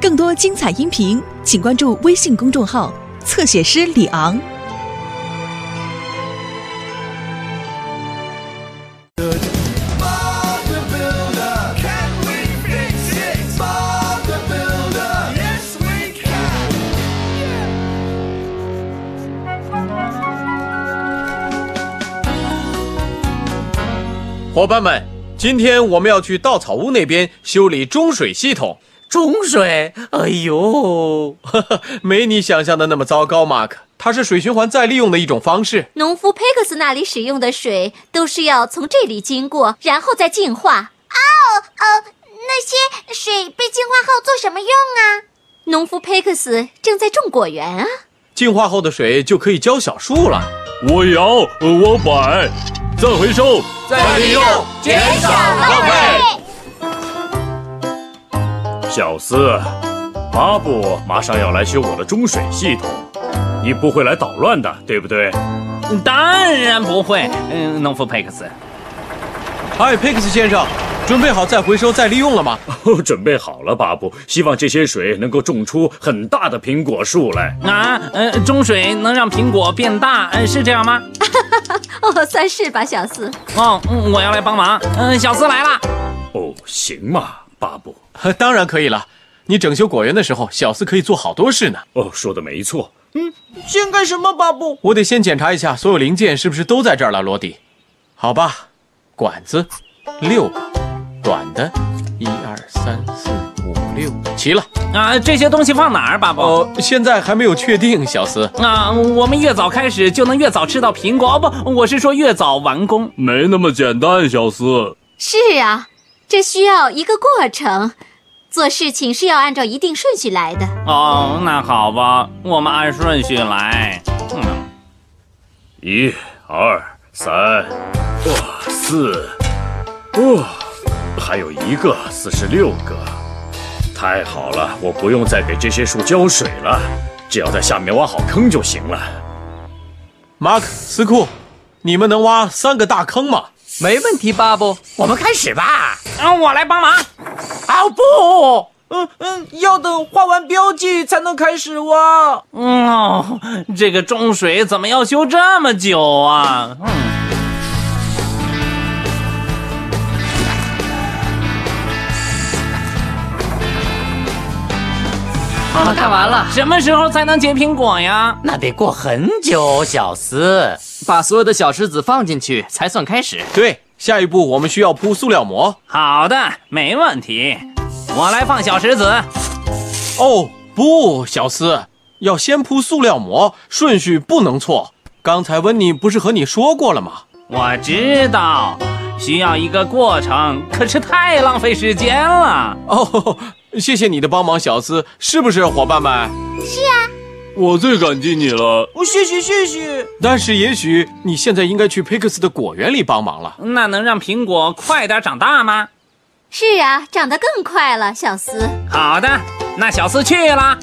更多精彩音频，请关注微信公众号“侧写师李昂”。伙伴们，今天我们要去稻草屋那边修理中水系统。中水，哎呦， 没你想象的那么糟糕，马克。它是水循环再利用的一种方式。农夫佩克斯那里使用的水都是要从这里经过，然后再净化。哦哦，那些水被净化后做什么用啊？农夫佩克斯正在种果园啊。 净化后的水就可以浇小树了。我摇，我哎摆，再回收，再利用，减少浪费。小斯，巴布马上要来修我的中水系统，你不会来捣乱的，对不对？ 当然不会，嗯，农夫佩克斯。嗨，佩克斯哎先生，准备好再回收再利用了吗？ 哦，准备好了，巴布。希望这些水能够种出很大的苹果树来。啊，呃，中水能让苹果变大，呃，是这样吗？哦，算是吧，小四。哦，嗯，我要来帮忙。嗯、呃，小四来了。哦，行嘛，巴布。当然可以了，你整修果园的时候，小四可以做好多事呢。哦，说的没错。嗯，先干什么，巴布？我得先检查一下所有零件是不是都在这儿了，罗迪。好吧，管子六个，短的，一二三四五六，齐了。啊，这些东西放哪儿，巴布？哦，现在还没有确定，小斯。啊，我们越早开始，就能越早吃到苹果。哦不，我是说越早完工。没那么简单，小斯。是啊。这需要一个过程，做事情是要按照一定顺序来的。哦，那好吧，我们按顺序来。嗯，一、二、三，哇，四，哇，还有一个，四十六个。太好了，我不用再给这些树浇水了，只要在下面挖好坑就行了。马克、斯库，你们能挖三个大坑吗？没问题，巴布，我们开始吧。啊，我来帮忙。哦不，啊嗯嗯，要等画完标记才能开始挖。嗯、哦，这个种水怎么要修这么久啊？嗯。我们看完了，什么时候才能结苹果呀？那得过很久，小斯。把所有的小石子放进去才算开始。对，下一步我们需要铺塑料膜。好的，没问题。我来放小石子。哦不，小斯，要先铺塑料膜，顺序不能错。刚才温妮不是和你说过了吗？我知道，需要一个过程，可是太浪费时间了。哦，谢谢你的帮忙，小斯，是不是伙伴们？是啊。我最感激你了，哦谢谢谢谢。但是也许你现在应该去佩克斯的果园里帮忙了。那能让苹果快点长大吗？是啊，长得更快了，小斯。好的，那小斯去啦。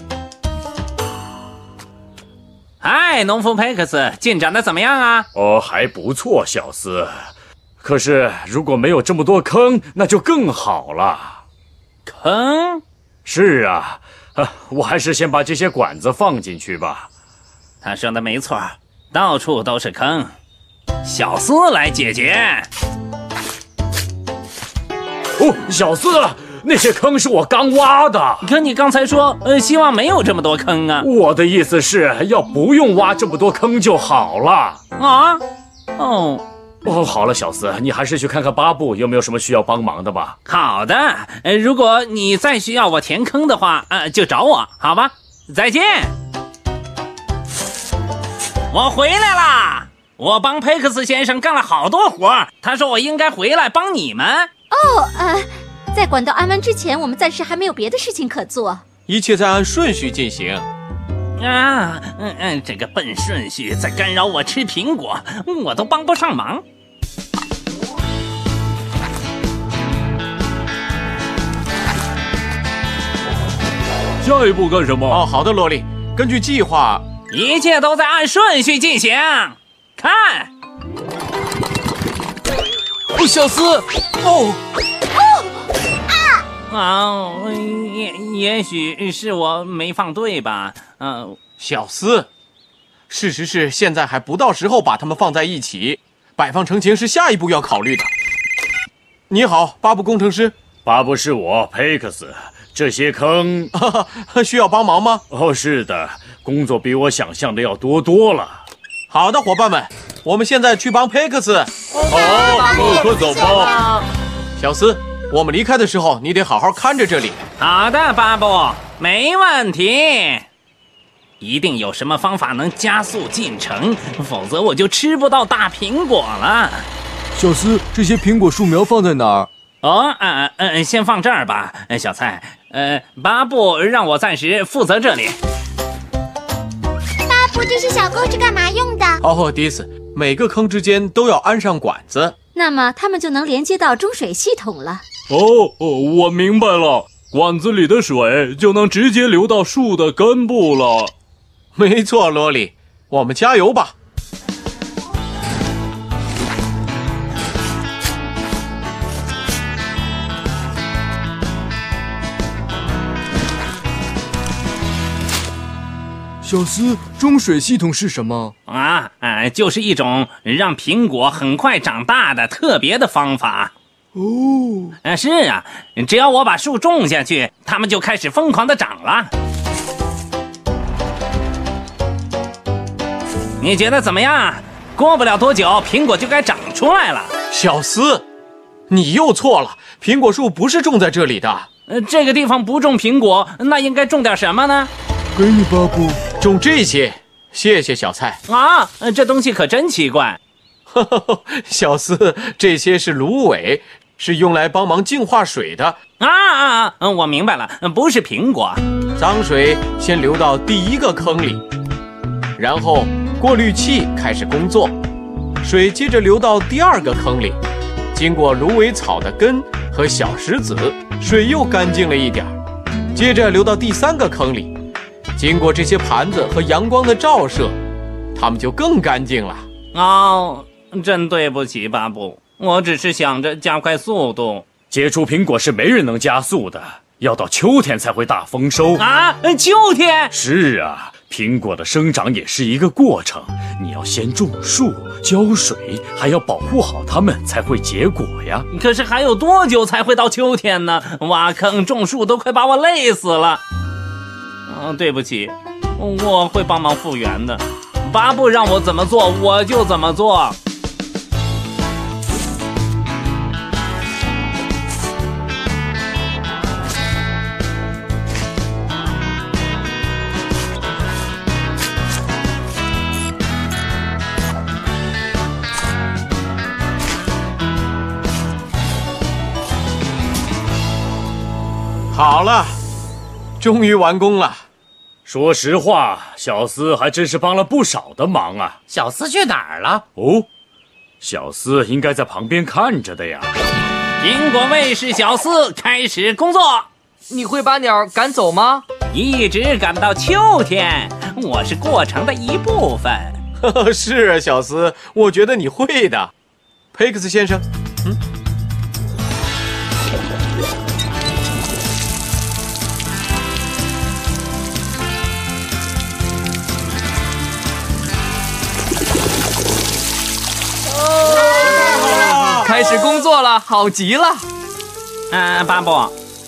嗨，哎农夫佩克斯，进展的怎么样啊？哦，还不错，小斯。可是如果没有这么多坑，那就更好了。坑？是啊。啊，我还是先把这些管子放进去吧。他说的没错，到处都是坑，小斯来解决。哦，小斯，那些坑是我刚挖的。可你刚才说，呃，希望没有这么多坑啊。我的意思是要不用挖这么多坑就好了。啊？哦。哦，好了，小斯，你还是去看看巴布有没有什么需要帮忙的吧。好的，呃，如果你再需要我填坑的话，呃，就找我，好吧？再见。我回来啦，我帮佩克斯先生干了好多活儿，他说我应该回来帮你们。哦，呃，在管道安完之前，我们暂时还没有别的事情可做，一切在按顺序进行。啊，嗯嗯，这个笨顺序在干扰我吃苹果，我都帮不上忙。下一步干什么？哦，好的，萝莉，根据计划，一切都在按顺序进行。看，哦，小斯，哦，哦啊，啊，也也许是我没放对吧？嗯、小厮，事实是现在还不到时候把它们放在一起，摆放成型是下一步要考虑的。你好，巴布工程师， 巴布是我，佩克斯。这些坑需要帮忙吗？哦，是的，工作比我想象的要多多了。好的，伙伴们，我们现在去帮佩克斯。好，陆克走吧。小斯，我们离开的时候，你得好好看着这里。好的，巴布，没问题。一定有什么方法能加速进程，否则我就吃不到大苹果了。小斯，这些苹果树苗放在哪儿？哦，嗯、呃、嗯、呃，先放这儿吧，小蔡。呃，巴布让我暂时负责这里。巴布，这些小钩是干嘛用的？哦，迪斯，每个坑之间都要安上管子，那么它们就能连接到中水系统了。哦，哦我明白了，管子里的水就能直接流到树的根部了。没错，罗里，我们加油吧！小斯，中水系统是什么啊？呃，就是一种让苹果很快长大的特别的方法。哦，呃，是啊，只要我把树种下去，它们就开始疯狂的长了。你觉得怎么样？啊过不了多久，苹果就该长出来了。小斯，你又错了，苹果树不是种在这里的。呃，这个地方不种苹果，那应该种点什么呢？给你巴布种这些，谢谢小蔡 啊！这东西可真奇怪。小四，这些是芦苇，是用来帮忙净化水的啊啊！啊！我明白了，不是苹果。脏水先流到第一个坑里，然后过滤器开始工作，水接着流到第二个坑里，经过芦苇草的根和小石子，水又干净了一点儿，接着流到第三个坑里。经过这些盘子和阳光的照射，它们就更干净了。哦，真对不起，巴布，我只是想着加快速度。结出苹果是没人能加速的，要到秋天才会大丰收啊！秋天？是啊，苹果的生长也是一个过程，你要先种树、浇水，还要保护好它们，才会结果呀。可是还有多久才会到秋天呢？挖坑、种树都快把我累死了。嗯，对不起，我会帮忙复原的。巴布让我怎么做，我就怎么做。好了，终于完工了。 说实话，小斯还真是帮了不少的忙啊！小斯去哪儿了？哦，小斯应该在旁边看着的呀。苹果卫士小斯开始工作。你会把鸟赶走吗？一直赶到秋天，我是过程的一部分。是啊，小斯，我觉得你会的，佩克斯先生。嗯。开始工作了，好极了。啊，巴布，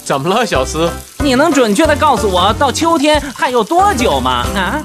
怎么了，小斯？你能准确的告诉我到秋天还有多久吗？啊？